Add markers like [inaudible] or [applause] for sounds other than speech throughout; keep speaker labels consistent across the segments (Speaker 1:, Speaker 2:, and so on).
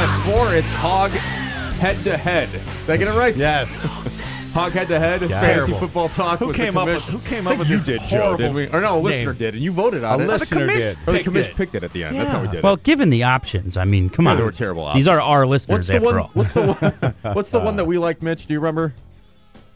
Speaker 1: It's Hog Head to Head. Did I get it right?
Speaker 2: Yes.
Speaker 1: Hog Head to Head.
Speaker 2: Yeah.
Speaker 1: Fantasy
Speaker 2: Terrible.
Speaker 1: football talk.
Speaker 3: Who
Speaker 1: with
Speaker 3: came
Speaker 1: the
Speaker 3: up with-
Speaker 1: commission.
Speaker 3: who came
Speaker 1: I
Speaker 3: up
Speaker 1: think
Speaker 3: with
Speaker 1: you
Speaker 3: this
Speaker 1: did, Joe?
Speaker 3: horrible
Speaker 1: Did we? Or no, a listener
Speaker 3: name?
Speaker 1: did, and you voted on
Speaker 3: A
Speaker 1: it.
Speaker 3: listener
Speaker 1: the commish
Speaker 3: did.
Speaker 1: Or the
Speaker 3: Picked
Speaker 1: commission
Speaker 3: it.
Speaker 1: picked it at the end. That's how we
Speaker 3: Yeah.
Speaker 1: did
Speaker 4: Well,
Speaker 1: it.
Speaker 4: given the options, I mean, come
Speaker 1: Yeah,
Speaker 4: on.
Speaker 1: they were terrible
Speaker 4: These
Speaker 1: options.
Speaker 4: are our listeners,
Speaker 1: What's the
Speaker 4: after
Speaker 1: one?
Speaker 4: all.
Speaker 1: What's the one? What's the one that we like, Mitch? Do you remember?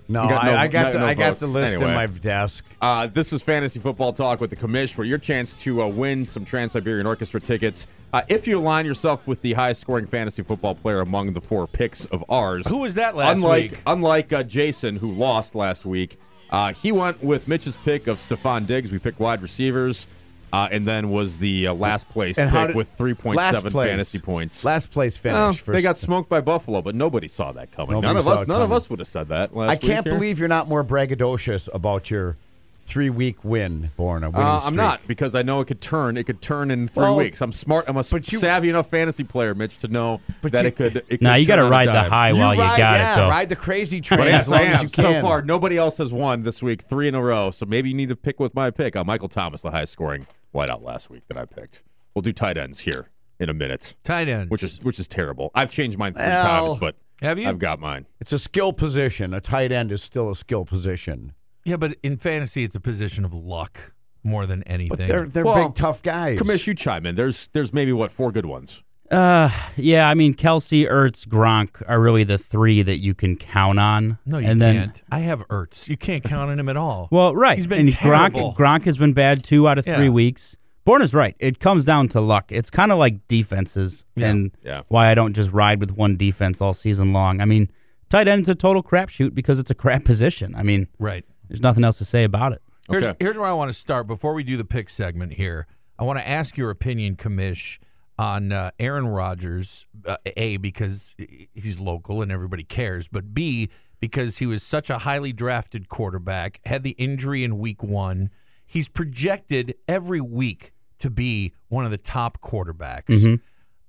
Speaker 2: No,
Speaker 1: You got no-
Speaker 2: I, I
Speaker 1: no-
Speaker 2: got the,
Speaker 1: no
Speaker 2: I got
Speaker 1: votes.
Speaker 2: the list
Speaker 1: Anyway.
Speaker 2: in my desk.
Speaker 1: Uh, this is Fantasy Football Talk with the Commish, where your chance to uh, win some Trans Siberian Orchestra tickets uh, if you align yourself with the highest scoring fantasy football player among the four picks of ours.
Speaker 3: Who was that last
Speaker 1: unlike,
Speaker 3: week?
Speaker 1: Unlike uh, Jason, who lost last week, uh, he went with Mitch's pick of Stephon Diggs. We picked wide receivers, uh, and then was the uh, last place
Speaker 2: And how
Speaker 1: pick
Speaker 2: did-
Speaker 1: with
Speaker 2: last
Speaker 1: 3.7
Speaker 2: place.
Speaker 1: fantasy points.
Speaker 2: Last place finish.
Speaker 1: Well,
Speaker 2: for
Speaker 1: they got
Speaker 2: s-
Speaker 1: smoked by Buffalo, but nobody saw that coming.
Speaker 2: Nobody
Speaker 1: none of
Speaker 2: saw
Speaker 1: us,
Speaker 2: it
Speaker 1: none of
Speaker 2: coming.
Speaker 1: us would have said that. Last
Speaker 2: I
Speaker 1: week
Speaker 2: can't
Speaker 1: here.
Speaker 2: believe you're not more braggadocious about your three week win, Born. A winning
Speaker 1: Uh, I'm
Speaker 2: streak.
Speaker 1: not because I know it could turn. It could turn in three
Speaker 2: Well,
Speaker 1: weeks. I'm smart. I'm a s-
Speaker 2: but you-
Speaker 1: savvy enough fantasy player, Mitch, to know
Speaker 2: But
Speaker 1: that
Speaker 2: you-
Speaker 1: it could. It could
Speaker 4: Nah, you
Speaker 1: got to
Speaker 4: ride the high while you
Speaker 2: ride,
Speaker 4: got
Speaker 2: yeah,
Speaker 4: it, though.
Speaker 2: ride the crazy train
Speaker 1: But
Speaker 2: as
Speaker 1: yes,
Speaker 2: long
Speaker 1: I
Speaker 2: as
Speaker 1: am.
Speaker 2: you can.
Speaker 1: So far, nobody else has won this week, three in a row. So maybe you need to pick with my pick. Uh, Michael Thomas, the highest scoring wideout last week that I picked. We'll do tight ends here in a minute,
Speaker 3: Tight end.
Speaker 1: which is which is terrible. I've changed mine three
Speaker 2: Well,
Speaker 1: times, but
Speaker 3: have you?
Speaker 1: I've got mine.
Speaker 2: It's a skill position. A tight end is still a skill position.
Speaker 3: yeah, but in fantasy, it's a position of luck more than anything.
Speaker 2: But they're they're
Speaker 1: Well,
Speaker 2: big tough guys.
Speaker 1: Commish, you chime in. There's there's maybe what four good ones.
Speaker 4: Uh, yeah, I mean, Kelsey, Ertz, Gronk are really the three that you can count on.
Speaker 3: no, you
Speaker 4: and then,
Speaker 3: can't. I have Ertz. You can't count on him at all.
Speaker 4: Well, right.
Speaker 3: He's been
Speaker 4: and
Speaker 3: terrible.
Speaker 4: Gronk, Gronk has been bad two out of
Speaker 3: Yeah.
Speaker 4: three weeks. Born is right. It comes down to luck. It's kind of like defenses and
Speaker 1: Yeah.
Speaker 4: why I don't just ride with one defense all season long. I mean, tight end's a total crapshoot because it's a crap position. I mean,
Speaker 3: right.
Speaker 4: there's nothing else to say about it.
Speaker 3: Here's,
Speaker 1: Okay.
Speaker 3: here's where I want to start. Before we do the pick segment here, I want to ask your opinion, Kamish, on uh, Aaron Rodgers. Uh, a, because he's local and everybody cares, but B, because he was such a highly drafted quarterback, had the injury in week one. He's projected every week to be one of the top quarterbacks.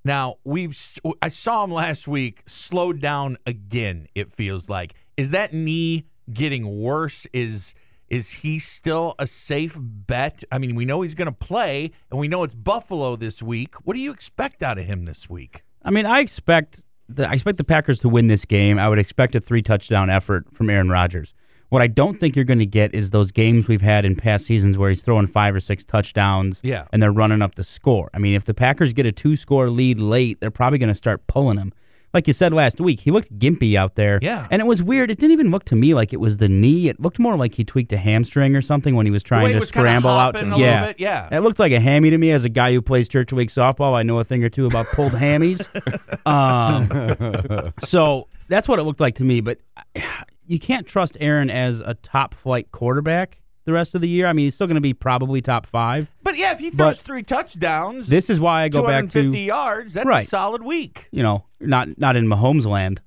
Speaker 3: Now we've s- I saw him last week slowed down again. It feels like is that knee getting worse? Is is he still a safe bet? I mean, we know he's going to play, and we know it's Buffalo this week. What do you expect out of him this week?
Speaker 4: I mean, I expect the I expect the Packers to win this game. I would expect a three touchdown effort from Aaron Rodgers. What I don't think you're going to get is those games we've had in past seasons where he's throwing five or six touchdowns
Speaker 3: Yeah.
Speaker 4: and they're running up the score. I mean, if the Packers get a two score lead late, they're probably going to start pulling him. Like you said last week, he looked gimpy out there.
Speaker 3: Yeah.
Speaker 4: And it was weird. It didn't even look to me like it was the knee. It looked more like he tweaked a hamstring or something when he was trying
Speaker 3: he
Speaker 4: to
Speaker 3: was kinda
Speaker 4: scramble out.
Speaker 3: hopping
Speaker 4: to-
Speaker 3: a little bit, yeah.
Speaker 4: It looked like a hammy to me as a guy who plays church week softball. I know a thing or two about pulled
Speaker 3: [laughs]
Speaker 4: hammies. Um, so that's what it looked like to me. But [sighs] you can't trust Aaron as a top flight quarterback the rest of the year. I mean, he's still going to be probably top five.
Speaker 3: But yeah, if he
Speaker 4: But-
Speaker 3: throws three touchdowns,
Speaker 4: This is why I go back
Speaker 3: 250
Speaker 4: to
Speaker 3: yards. That's a
Speaker 4: Right.
Speaker 3: solid week.
Speaker 4: you know not not in Mahomes
Speaker 3: [laughs]
Speaker 4: land.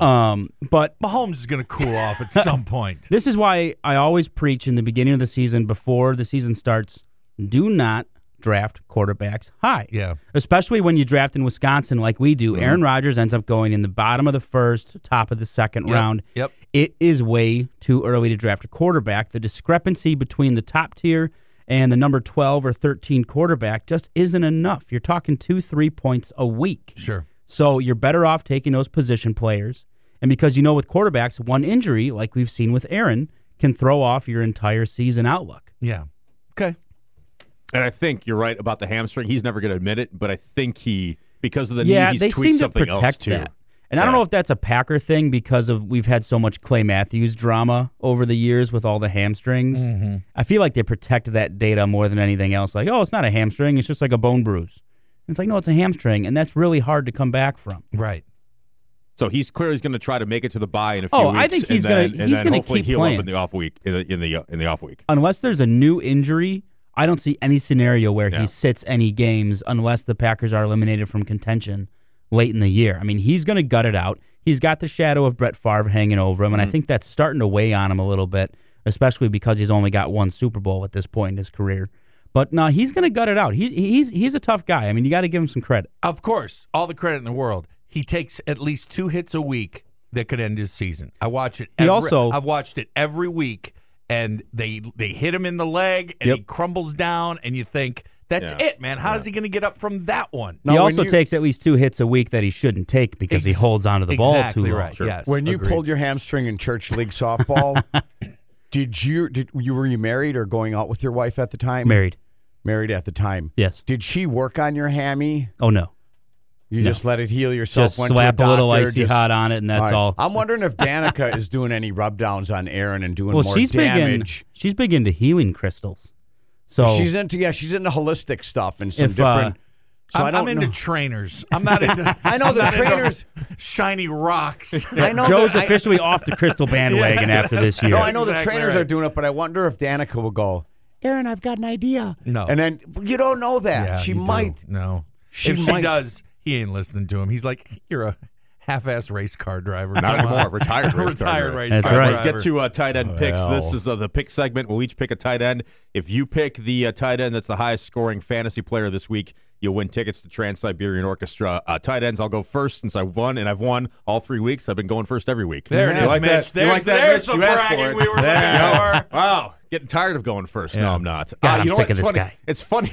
Speaker 4: Um, but
Speaker 3: Mahomes is going to cool
Speaker 4: [laughs]
Speaker 3: off at some point.
Speaker 4: This is why I always preach in the beginning of the season, before the season starts, do not draft quarterbacks high.
Speaker 3: Yeah. Mm-hmm.
Speaker 4: Especially when you draft in Wisconsin like we do. Aaron Rodgers ends up going in the bottom of the first, top of the second
Speaker 3: Yep,
Speaker 4: round.
Speaker 3: yep.
Speaker 4: It is way too early to draft a quarterback. The discrepancy between the top tier and the number 12 or 13 quarterback just isn't enough. You're talking two, three points a week.
Speaker 3: Sure.
Speaker 4: So you're better off taking those position players. And because you know with quarterbacks, one injury, like we've seen with Aaron, can throw off your entire season outlook.
Speaker 3: Yeah. Okay.
Speaker 1: And I think you're right about the hamstring. He's never going to admit it, but I think he because of the
Speaker 4: yeah,
Speaker 1: knee, he's
Speaker 4: they
Speaker 1: tweaked
Speaker 4: seem to
Speaker 1: something else
Speaker 4: protect
Speaker 1: too.
Speaker 4: that. And I don't
Speaker 1: Yeah.
Speaker 4: know if that's a Packer thing because of we've had so much Clay Matthews drama over the years with all the hamstrings.
Speaker 1: Mm-hmm.
Speaker 4: I feel like they protect that data more than anything else. Like, oh, it's not a hamstring; it's just like a bone bruise. And it's like, no, it's a hamstring, and that's really hard to come back from.
Speaker 3: Right.
Speaker 1: So he's clearly going to try to make it to the bye in a few
Speaker 4: Oh,
Speaker 1: weeks.
Speaker 4: I think he's
Speaker 1: and then,
Speaker 4: gonna-
Speaker 1: and
Speaker 4: he's
Speaker 1: then
Speaker 4: gonna
Speaker 1: hopefully
Speaker 4: keep
Speaker 1: heal
Speaker 4: playing.
Speaker 1: up in the off week in the in the, uh, in the off week.
Speaker 4: unless there's a new injury, I don't see any scenario where
Speaker 1: Yeah.
Speaker 4: he sits any games unless the Packers are eliminated from contention late in the year. I mean, he's going to gut it out. He's got the shadow of Brett Favre hanging over him, and I think that's starting to weigh on him a little bit, especially because he's only got one Super Bowl at this point in his career. But no, he's going to gut it out. He, he's he's a tough guy. I mean, you got to give him some credit.
Speaker 3: Of course, all the credit in the world. He takes at least two hits a week that could end his season. I watch it.
Speaker 4: He
Speaker 3: Every,
Speaker 4: also-
Speaker 3: I've watched it every week, and they they hit him in the leg, and
Speaker 4: Yep.
Speaker 3: he crumbles down, and you think That's
Speaker 1: Yeah.
Speaker 3: it, man. How is he going to get up from that one?
Speaker 2: Now,
Speaker 4: he
Speaker 2: when
Speaker 4: also
Speaker 2: you-
Speaker 4: takes at least two hits a week that he shouldn't take because he
Speaker 3: Ex-
Speaker 4: holds onto the
Speaker 3: exactly
Speaker 4: ball too
Speaker 3: right.
Speaker 4: long.
Speaker 3: Yes.
Speaker 2: When you
Speaker 3: agreed.
Speaker 2: pulled your hamstring in church league
Speaker 4: [laughs]
Speaker 2: softball, did you did you were you married or going out with your wife at the time?
Speaker 4: Married.
Speaker 2: Married at the time.
Speaker 4: Yes.
Speaker 2: Did she work on your hammy?
Speaker 4: Oh no.
Speaker 2: You
Speaker 4: No.
Speaker 2: just let it heal yourself.
Speaker 4: Just
Speaker 2: went to
Speaker 4: slap a little
Speaker 2: doctor,
Speaker 4: icy
Speaker 2: just-
Speaker 4: hot on it, and that's
Speaker 2: right.
Speaker 4: all.
Speaker 2: I'm wondering if Danica is doing any rub downs on Aaron and doing
Speaker 4: well,
Speaker 2: more
Speaker 4: she's
Speaker 2: damage.
Speaker 4: big in, she's big into healing crystals. So
Speaker 2: she's into yeah, she's into holistic stuff and some
Speaker 4: If, uh,
Speaker 2: different. so
Speaker 3: I'm,
Speaker 2: I don't
Speaker 3: I'm
Speaker 2: know.
Speaker 3: into trainers. I'm
Speaker 2: [laughs]
Speaker 3: not into.
Speaker 2: I
Speaker 3: [laughs]
Speaker 2: know
Speaker 3: I'm
Speaker 2: the
Speaker 3: not into
Speaker 2: trainers-
Speaker 3: Shiny rocks.
Speaker 2: [laughs] I know
Speaker 4: Joe's
Speaker 2: that I-
Speaker 4: officially off the
Speaker 2: [laughs]
Speaker 4: crystal bandwagon after this year.
Speaker 2: No, I know the
Speaker 3: Exactly
Speaker 2: trainers
Speaker 3: right.
Speaker 2: are doing it, but I wonder if Danica will go. Aaron, I've got an idea.
Speaker 4: Oh.
Speaker 3: No.
Speaker 2: and then you don't know that
Speaker 3: Yeah,
Speaker 2: she
Speaker 3: you do.
Speaker 2: might.
Speaker 3: No.
Speaker 2: She
Speaker 3: if
Speaker 2: might.
Speaker 3: she does, he ain't listening to him. He's like, you're a half-ass race car driver.
Speaker 1: Not
Speaker 3: Come
Speaker 1: anymore.
Speaker 3: on." [laughs]
Speaker 1: Retired race car
Speaker 3: Retired
Speaker 1: driver.
Speaker 3: race
Speaker 4: That's
Speaker 3: car
Speaker 4: right.
Speaker 1: Let's get
Speaker 3: driver.
Speaker 1: to uh, tight end picks. This
Speaker 2: Well.
Speaker 1: is uh, the pick segment. We'll each pick a tight end. If you pick the uh, tight end that's the highest scoring fantasy player this week, you'll win tickets to Trans Siberian Orchestra. Uh, tight ends, I'll go first since I won, and I've won all three weeks. I've been going first every week.
Speaker 3: There it
Speaker 1: You
Speaker 3: is,
Speaker 1: like
Speaker 3: Mitch.
Speaker 1: that? You
Speaker 3: There's-
Speaker 1: like that, Mitch?
Speaker 3: there's the
Speaker 1: You asked
Speaker 3: bragging
Speaker 1: for it.
Speaker 3: we were
Speaker 1: There
Speaker 3: looking
Speaker 1: you go.
Speaker 3: for.
Speaker 1: Wow. Getting tired of going first. No,
Speaker 3: Yeah.
Speaker 1: I'm not. Uh,
Speaker 4: God, I'm
Speaker 1: know
Speaker 4: sick
Speaker 1: what's
Speaker 4: of this
Speaker 1: funny?
Speaker 4: guy.
Speaker 1: It's funny.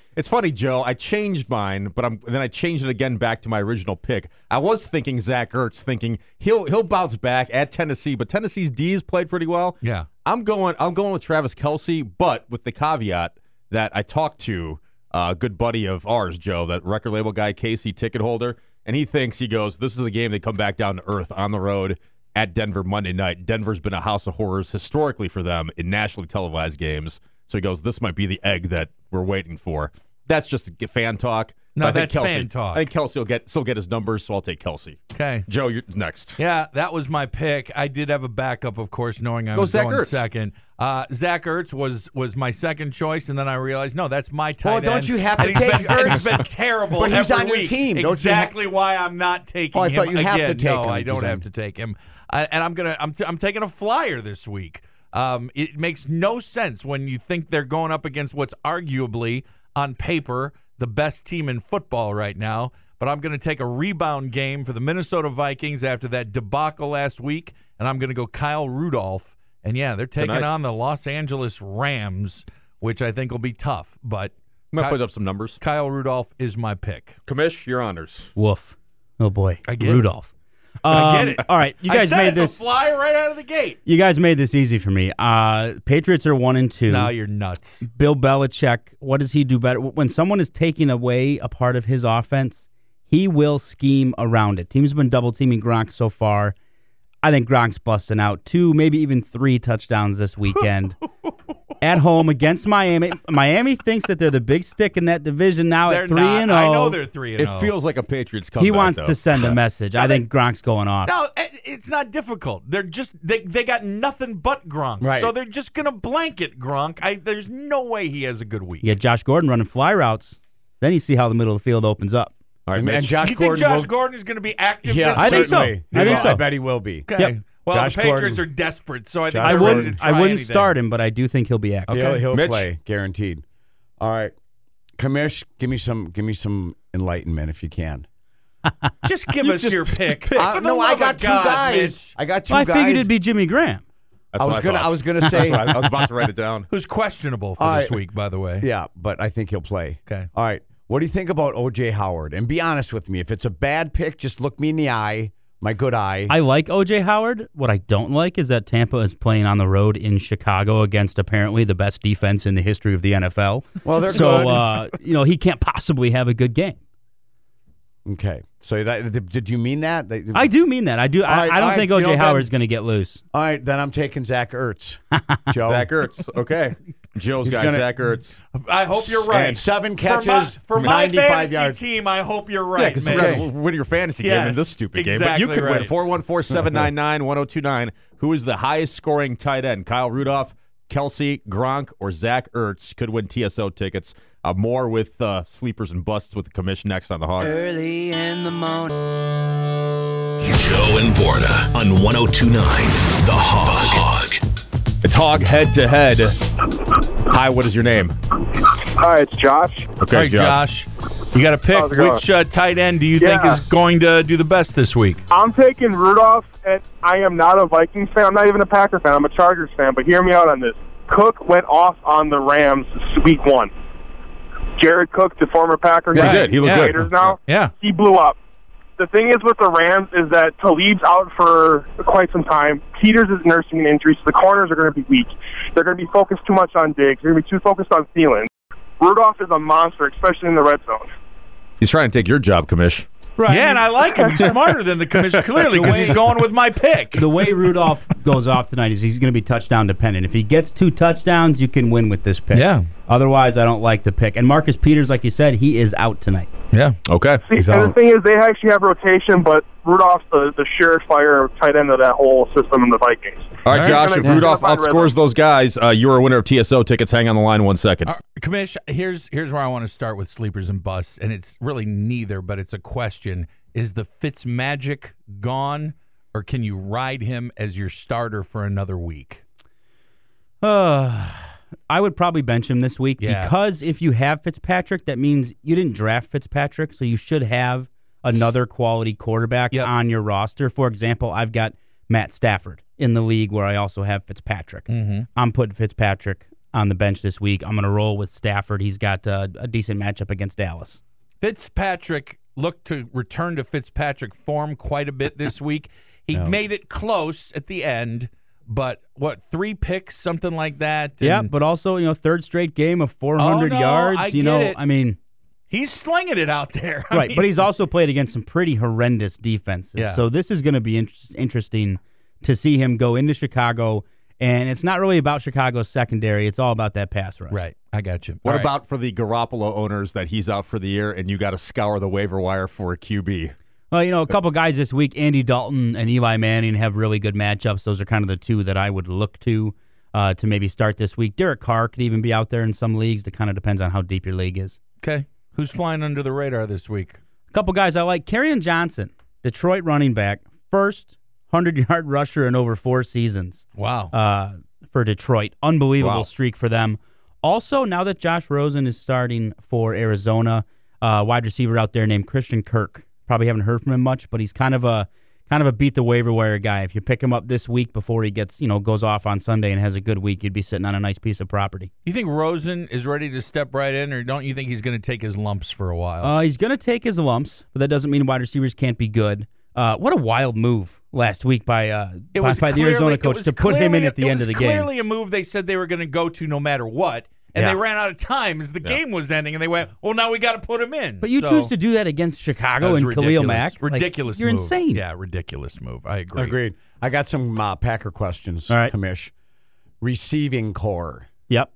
Speaker 1: [laughs] it's funny, Joe. I changed mine, but I'm then I changed it again back to my original pick. I was thinking Zach Ertz, thinking he'll he'll bounce back at Tennessee, but Tennessee's D's played pretty well.
Speaker 3: Yeah.
Speaker 1: I'm going. I'm going with Travis Kelsey, but with the caveat that I talked to a good buddy of ours, Joe, that record label guy, Casey ticket holder, and he thinks he goes, "This is the game they come back down to earth on the road at Denver Monday night. Denver's been a house of horrors historically for them in nationally televised games." So he goes, "This might be the egg that we're waiting for." That's just g- fan talk.
Speaker 3: No,
Speaker 1: But I think
Speaker 3: that's
Speaker 1: Kelsey-
Speaker 3: fan talk.
Speaker 1: I think Kelsey will get still get his numbers, so I'll take Kelsey.
Speaker 3: Okay.
Speaker 1: Joe, you're next.
Speaker 3: Yeah, that was my pick. I did have a backup, of course, knowing I
Speaker 1: Go
Speaker 3: was
Speaker 1: Zach
Speaker 3: going
Speaker 1: Ertz.
Speaker 3: second. Uh, Zach Ertz was was my second choice, and then I realized no, that's my tight
Speaker 2: Well, don't
Speaker 3: end.
Speaker 2: you have
Speaker 3: And
Speaker 2: to
Speaker 3: he's
Speaker 2: take
Speaker 3: been, and He's
Speaker 2: Ertz?
Speaker 3: been terrible,
Speaker 2: But he's
Speaker 3: every
Speaker 2: on your
Speaker 3: week.
Speaker 2: team. Don't you ha-
Speaker 3: Exactly why I'm not taking.
Speaker 2: Oh, I
Speaker 3: him
Speaker 2: thought you have to
Speaker 3: again.
Speaker 2: take
Speaker 3: No,
Speaker 2: him,
Speaker 3: I don't
Speaker 2: because
Speaker 3: have to take him. I, and I'm gonna I'm, t- I'm taking a flyer this week. Um, it makes no sense when you think they're going up against what's arguably on paper the best team in football right now. But I'm going to take a rebound game for the Minnesota Vikings after that debacle last week, and I'm going to go Kyle Rudolph. And yeah, they're taking
Speaker 1: Tonight.
Speaker 3: on the Los Angeles Rams, which I think will be tough. But
Speaker 1: I'm gonna put up some numbers.
Speaker 3: Kyle Rudolph is my pick.
Speaker 1: Commish, your honors.
Speaker 4: woof. Oh boy,
Speaker 3: I get it.
Speaker 4: Rudolph.
Speaker 3: I
Speaker 4: Um,
Speaker 3: get it.
Speaker 4: All right, you
Speaker 3: I
Speaker 4: guys
Speaker 3: said
Speaker 4: made
Speaker 3: it's a
Speaker 4: this.
Speaker 3: fly right out of the gate.
Speaker 4: you guys made this easy for me. Uh, Patriots are one and two.
Speaker 3: Now you're nuts.
Speaker 4: Bill Belichick, what does he do better? When someone is taking away a part of his offense, he will scheme around it. Teams have been double teaming Gronk so far. I think Gronk's busting out two, maybe even three touchdowns this
Speaker 3: [laughs]
Speaker 4: weekend at home against Miami. Miami thinks that they're the big stick in that division now
Speaker 3: They're
Speaker 4: at three
Speaker 3: not.
Speaker 4: and
Speaker 3: I
Speaker 4: zero.
Speaker 2: oh.
Speaker 3: know they're three and oh.
Speaker 1: It
Speaker 3: zero.
Speaker 1: feels like a Patriots comeback.
Speaker 4: He wants
Speaker 1: though.
Speaker 4: to send a message.
Speaker 3: [laughs]
Speaker 4: I think Gronk's going off.
Speaker 3: No, it- it's not difficult. They're just they they got nothing but Gronk,
Speaker 2: Right.
Speaker 3: so they're just gonna blanket Gronk. I there's no way he has a good week.
Speaker 4: You get Josh Gordon running fly routes, then you see how the middle of the field opens up.
Speaker 1: All right,
Speaker 2: And, and
Speaker 1: Mitch.
Speaker 2: Josh
Speaker 3: you think
Speaker 2: Gordon
Speaker 3: Josh
Speaker 2: will,
Speaker 3: Gordon is gonna be active?
Speaker 2: Yeah,
Speaker 3: this
Speaker 4: I think
Speaker 3: season?
Speaker 4: so.
Speaker 2: certainly.
Speaker 4: I think
Speaker 2: Yeah,
Speaker 4: so.
Speaker 2: I bet he will be.
Speaker 3: Okay.
Speaker 4: Yep.
Speaker 3: Well,
Speaker 2: Josh
Speaker 3: the Patriots
Speaker 2: Gordon.
Speaker 3: are desperate, so I think
Speaker 2: Josh
Speaker 4: I
Speaker 3: they're ready
Speaker 4: wouldn't.
Speaker 3: to try
Speaker 4: I wouldn't
Speaker 3: anything.
Speaker 4: start him, but I do think he'll be active.
Speaker 2: He'll, he'll
Speaker 1: Mitch.
Speaker 2: play, guaranteed. All right, Kamish, give me some, give me some enlightenment if you can. [laughs]
Speaker 3: Just give us your pick.
Speaker 2: I-
Speaker 3: For the
Speaker 2: Uh, no, I
Speaker 3: love
Speaker 2: got
Speaker 3: of
Speaker 2: two
Speaker 3: God,
Speaker 2: guys.
Speaker 3: Mitch,
Speaker 2: I got two
Speaker 4: Well, I
Speaker 2: guys.
Speaker 4: figured it'd be Jimmy Graham.
Speaker 1: That's
Speaker 2: I
Speaker 1: what
Speaker 2: was gonna,
Speaker 1: thought.
Speaker 2: I was [laughs] gonna say,
Speaker 1: I was about to write it down.
Speaker 3: who's questionable for
Speaker 2: All
Speaker 3: this
Speaker 2: right.
Speaker 3: week, by the way.
Speaker 2: yeah, but I think he'll play.
Speaker 3: Okay.
Speaker 2: All right. What do you think about OJ Howard? And be honest with me. If it's a bad pick, just look me in the eye, my good eye.
Speaker 4: I like OJ Howard. What I don't like is that Tampa is playing on the road in Chicago against apparently the best defense in the history of the NFL.
Speaker 2: Well, they're
Speaker 4: so
Speaker 2: good.
Speaker 4: uh, you know he can't possibly have a good game.
Speaker 2: okay. So that, th- did you mean that? That-
Speaker 4: I do mean that. I do.
Speaker 2: All
Speaker 4: I,
Speaker 2: right,
Speaker 4: I
Speaker 2: all
Speaker 4: don't
Speaker 2: right,
Speaker 4: think
Speaker 2: you
Speaker 4: OJ
Speaker 2: know, then-
Speaker 4: Howard's going to get loose.
Speaker 2: All right, then I'm taking Zach [laughs] Ertz. Joe.
Speaker 1: Zach Ertz. Okay. Joe's
Speaker 2: He's
Speaker 1: got
Speaker 2: gonna-
Speaker 1: Zach Ertz.
Speaker 3: I hope you're right.
Speaker 2: And seven
Speaker 3: For my-
Speaker 2: catches,
Speaker 3: for my,
Speaker 2: 95
Speaker 3: fantasy
Speaker 2: yards.
Speaker 3: team. I hope you're
Speaker 1: Yeah,
Speaker 3: right,
Speaker 1: because
Speaker 3: Mitch.
Speaker 1: you're going to [laughs] win your fantasy game in
Speaker 3: Yes,
Speaker 1: this stupid game. But you
Speaker 3: exactly
Speaker 1: could win
Speaker 3: right.
Speaker 1: 414 799 1029. Who is the highest scoring tight end? Kyle Rudolph, Kelsey, Gronk, or Zach Ertz could win TSO tickets. Uh, more with uh, sleepers and busts with the commission next on the Hog.
Speaker 5: Joe and Borna on 1029 The Hog.
Speaker 1: It's Hog head to head. Hi, what is your name?
Speaker 6: Hi, it's Josh.
Speaker 1: Okay,
Speaker 3: All right, Josh. You got to pick
Speaker 6: How's it going?
Speaker 3: which uh, tight end do you
Speaker 6: Yeah.
Speaker 3: think is going to do the best this week?
Speaker 6: I'm taking Rudolph, and I am not a Vikings fan. I'm not even a Packer fan. I'm a Chargers fan. But hear me out on this. Cook went off on the Rams week one. Jared Cook, the former Packer,
Speaker 1: He
Speaker 6: guy,
Speaker 1: did. He looked
Speaker 3: Yeah.
Speaker 1: good.
Speaker 6: Raiders now.
Speaker 3: Yeah.
Speaker 6: he blew up. The thing is with the Rams is that Talib's out for quite some time. Peters is nursing an injury, so the corners are going to be weak. They're going to be focused too much on Diggs. They're going to be too focused on Thielen. Rudolph is a monster, especially in the red zone.
Speaker 1: He's trying to take your job, Commish.
Speaker 4: Right.
Speaker 3: Yeah, and I like him. He's
Speaker 6: [laughs]
Speaker 3: smarter than the commissioner, clearly, because he's going with my pick.
Speaker 4: the
Speaker 2: [laughs]
Speaker 4: way Rudolph goes off tonight is he's going to be touchdown dependent. If he gets two touchdowns, you can win with this pick.
Speaker 3: Yeah.
Speaker 4: Otherwise, I don't like the pick. And Marcus Peters, like you said, he is out tonight.
Speaker 3: [laughs] Yeah.
Speaker 1: Okay.
Speaker 6: See, and the thing is, they actually have rotation, but Rudolph's the, the surefire tight end of that whole system in the Vikings.
Speaker 1: All right,
Speaker 3: All right.
Speaker 1: Josh, if
Speaker 6: Yeah.
Speaker 1: Rudolph
Speaker 6: Yeah.
Speaker 1: outscores those guys, uh, you're a winner of TSO tickets. Hang on the line one second.
Speaker 3: All right, Commish, here's here's where I want to start with sleepers and busts, and it's really neither, but it's a question: Is the Fitz magic gone, or can you ride him as your starter for another week?
Speaker 4: Uh, [sighs] I would probably bench him this week
Speaker 3: Yeah.
Speaker 4: because if you have Fitzpatrick, that means you didn't draft Fitzpatrick, so you should have another quality quarterback
Speaker 3: Yep.
Speaker 4: on your roster. For example, I've got Matt Stafford in the league where I also have Fitzpatrick.
Speaker 3: Mm-hmm.
Speaker 4: I'm putting Fitzpatrick on the bench this week. I'm going to roll with Stafford. He's got uh, a decent matchup against Dallas.
Speaker 3: Fitzpatrick looked to return to Fitzpatrick form quite a bit [laughs] this week. He made it close at the end, but what three picks, something like that?
Speaker 4: Yeah,
Speaker 3: and
Speaker 4: but also you know third straight game of 400
Speaker 3: Oh, no,
Speaker 4: yards.
Speaker 3: I
Speaker 4: you
Speaker 3: get
Speaker 4: know,
Speaker 3: it.
Speaker 4: I mean,
Speaker 3: he's slinging it out there. [laughs] I
Speaker 4: right.
Speaker 3: mean-
Speaker 4: but he's also played against some pretty horrendous defenses.
Speaker 3: Yeah.
Speaker 4: So this is going to be in- interesting to see him go into Chicago, and it's not really about Chicago's secondary. It's all about that pass rush.
Speaker 3: right. I got you.
Speaker 1: What
Speaker 3: All right.
Speaker 1: about for the Garoppolo owners that he's out for the year and you got to scour the waiver wire for a QB?
Speaker 4: Well, you know, a couple guys this week, Andy Dalton and Eli Manning, have really good matchups. Those are kind of the two that I would look to uh, to maybe start this week. Derek Carr could even be out there in some leagues. It kind of depends on how deep your league is.
Speaker 3: okay? Who's flying under the radar this week?
Speaker 4: couple guys I like. Carrion Johnson, Detroit running back, first 100 yard rusher in over four seasons
Speaker 3: Wow.
Speaker 4: uh, for Detroit. Unbelievable
Speaker 1: Wow.
Speaker 4: streak for them. Also, now that Josh Rosen is starting for Arizona, uh, wide receiver out there named Christian Kirk. Probably haven't heard from him much, but he's kind of a kind of a beat the waiver wire guy. If you pick him up this week before he gets you know goes off on Sunday and has a good week, you'd be sitting on a nice piece of property.
Speaker 3: You think Rosen is ready to step right in, or don't you think he's going to take his lumps for a while?
Speaker 4: Uh, he's going to take his lumps, but that doesn't mean wide receivers can't be good. Uh, what a wild move last week by uh, by, by the
Speaker 3: clearly-
Speaker 4: Arizona
Speaker 3: it
Speaker 4: coach
Speaker 3: was
Speaker 4: to put him in
Speaker 3: clearly-
Speaker 4: at the
Speaker 3: it
Speaker 4: end
Speaker 3: was
Speaker 4: of the game.
Speaker 3: Clearly, a move they said they were going to go to no matter what, and they
Speaker 4: Yeah.
Speaker 3: ran out of time as the game was ending, and they went, "Well, now we got to put him in."
Speaker 4: But you
Speaker 3: So-
Speaker 4: choose to do that against
Speaker 3: That
Speaker 4: Chicago
Speaker 3: was
Speaker 4: and Khalil
Speaker 3: ridiculous.
Speaker 4: Mack. Like,
Speaker 3: Ridiculous.
Speaker 4: you're
Speaker 3: move.
Speaker 4: insane.
Speaker 3: Yeah, ridiculous move. I agree.
Speaker 2: Agreed. I got some uh, Packer questions,
Speaker 4: All right.
Speaker 2: Kamish. Receiving core.
Speaker 4: Yep.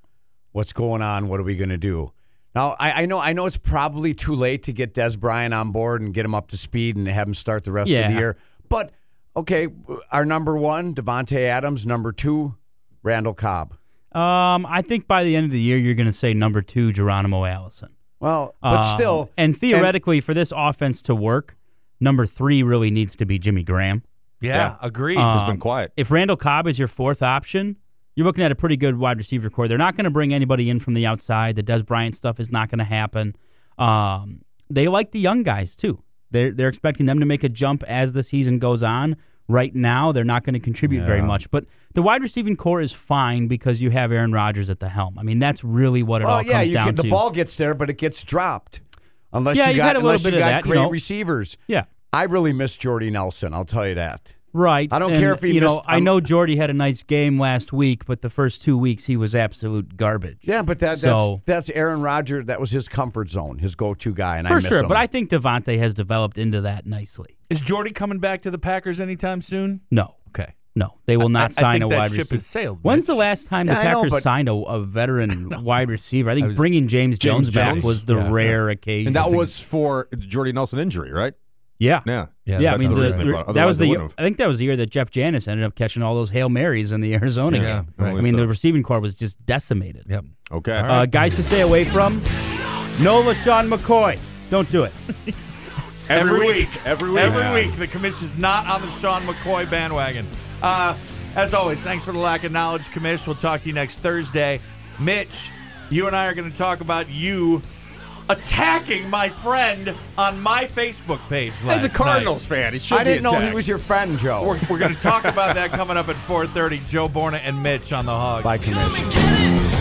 Speaker 2: What's going on? What are we going to do? Now, I, I know I know it's probably too late to get Des Bryant on board and get him up to speed and have him start the rest of
Speaker 4: Yeah.
Speaker 2: the year. But, okay, our number one, Devontae Adams. Number two, Randall Cobb.
Speaker 4: Um, I think by the end of the year, you're going to say number two, Geronimo Allison.
Speaker 2: Well, but
Speaker 4: Um,
Speaker 2: still.
Speaker 4: and theoretically, for this offense to work, number three really needs to be Jimmy Graham.
Speaker 3: Yeah, agreed.
Speaker 1: He's
Speaker 4: Um,
Speaker 1: been quiet.
Speaker 4: If Randall Cobb is your fourth option, you're looking at a pretty good wide receiver core. They're not going to bring anybody in from the outside. The Des Bryant stuff is not going to happen. Um, they like the young guys too. They're they're expecting them to make a jump as the season goes on. Right now, they're not going to contribute very much. But the wide receiving core is fine because you have Aaron Rodgers at the helm. I mean, that's really what it
Speaker 2: Well,
Speaker 4: all
Speaker 2: yeah,
Speaker 4: comes
Speaker 2: you
Speaker 4: down
Speaker 2: can,
Speaker 4: to.
Speaker 2: the ball gets there, but it gets dropped. Unless
Speaker 4: Yeah,
Speaker 2: you
Speaker 4: you
Speaker 2: got,
Speaker 4: had a little
Speaker 2: unless
Speaker 4: bit
Speaker 2: you
Speaker 4: of
Speaker 2: got
Speaker 4: that, you
Speaker 2: great
Speaker 4: know.
Speaker 2: receivers.
Speaker 4: Yeah.
Speaker 2: I really miss Jordy Nelson. I'll tell you that.
Speaker 4: Right.
Speaker 2: I don't
Speaker 4: and,
Speaker 2: care if he
Speaker 4: you know.
Speaker 2: missed-
Speaker 4: I
Speaker 2: I'm-
Speaker 4: know Jordy had a nice game last week, but the first two weeks he was absolute garbage.
Speaker 2: Yeah, but that, that's
Speaker 4: So-
Speaker 2: that's Aaron Rodgers. That was his comfort zone, his go-to guy, and I
Speaker 4: For
Speaker 2: miss
Speaker 4: sure,
Speaker 2: him.
Speaker 4: but I think Devontae has developed into that nicely.
Speaker 3: is Jordy coming back to the Packers anytime soon?
Speaker 4: No,
Speaker 3: Okay.
Speaker 4: no, they will not
Speaker 3: I- I
Speaker 4: sign
Speaker 3: think
Speaker 4: a
Speaker 3: that
Speaker 4: wide
Speaker 3: ship
Speaker 4: receiver.
Speaker 3: has sailed,
Speaker 4: When's
Speaker 3: Mitch.
Speaker 4: the last time the
Speaker 2: Yeah, I know,
Speaker 4: Packers
Speaker 2: but-
Speaker 4: signed a, a
Speaker 3: [laughs]
Speaker 4: veteran wide receiver? I think
Speaker 3: was-
Speaker 4: bringing James,
Speaker 3: James
Speaker 4: Jones back
Speaker 3: Jones.
Speaker 4: was the
Speaker 3: Yeah.
Speaker 4: rare occasion.
Speaker 1: And that was for Jordy Nelson injury, right?
Speaker 4: yeah.
Speaker 1: Yeah.
Speaker 3: Yeah,
Speaker 4: Yeah, I
Speaker 3: that's
Speaker 4: mean,
Speaker 3: the
Speaker 4: the,
Speaker 3: reason they
Speaker 1: brought it.
Speaker 4: that
Speaker 1: Otherwise
Speaker 4: was
Speaker 1: they
Speaker 4: the.
Speaker 1: wouldn't have.
Speaker 4: I think that was the year that Jeff Janis ended up catching all those hail marys in the Arizona
Speaker 3: Yeah,
Speaker 4: game.
Speaker 1: right.
Speaker 4: I mean, the receiving core was just decimated.
Speaker 3: Yep.
Speaker 1: Okay.
Speaker 4: Uh, guys to stay away from: No LaShawn McCoy. Don't do it.
Speaker 1: every, week. Every week.
Speaker 3: Every week, the commission is not on the Sean McCoy bandwagon. Uh, as always, thanks for the lack of knowledge, commish. We'll talk to you next Thursday. Mitch, you and I are going to talk about you attacking my friend on my Facebook page.
Speaker 1: As
Speaker 3: last
Speaker 1: a
Speaker 3: night.
Speaker 1: Cardinals fan, it should
Speaker 2: I didn't
Speaker 1: be
Speaker 2: know he
Speaker 1: attacked.
Speaker 2: was your friend, Joe.
Speaker 3: We're, we're going to talk about that coming up at 4:30. Joe Borna and Mitch on the Hog.
Speaker 2: Bye, Commissioner.
Speaker 7: Get it.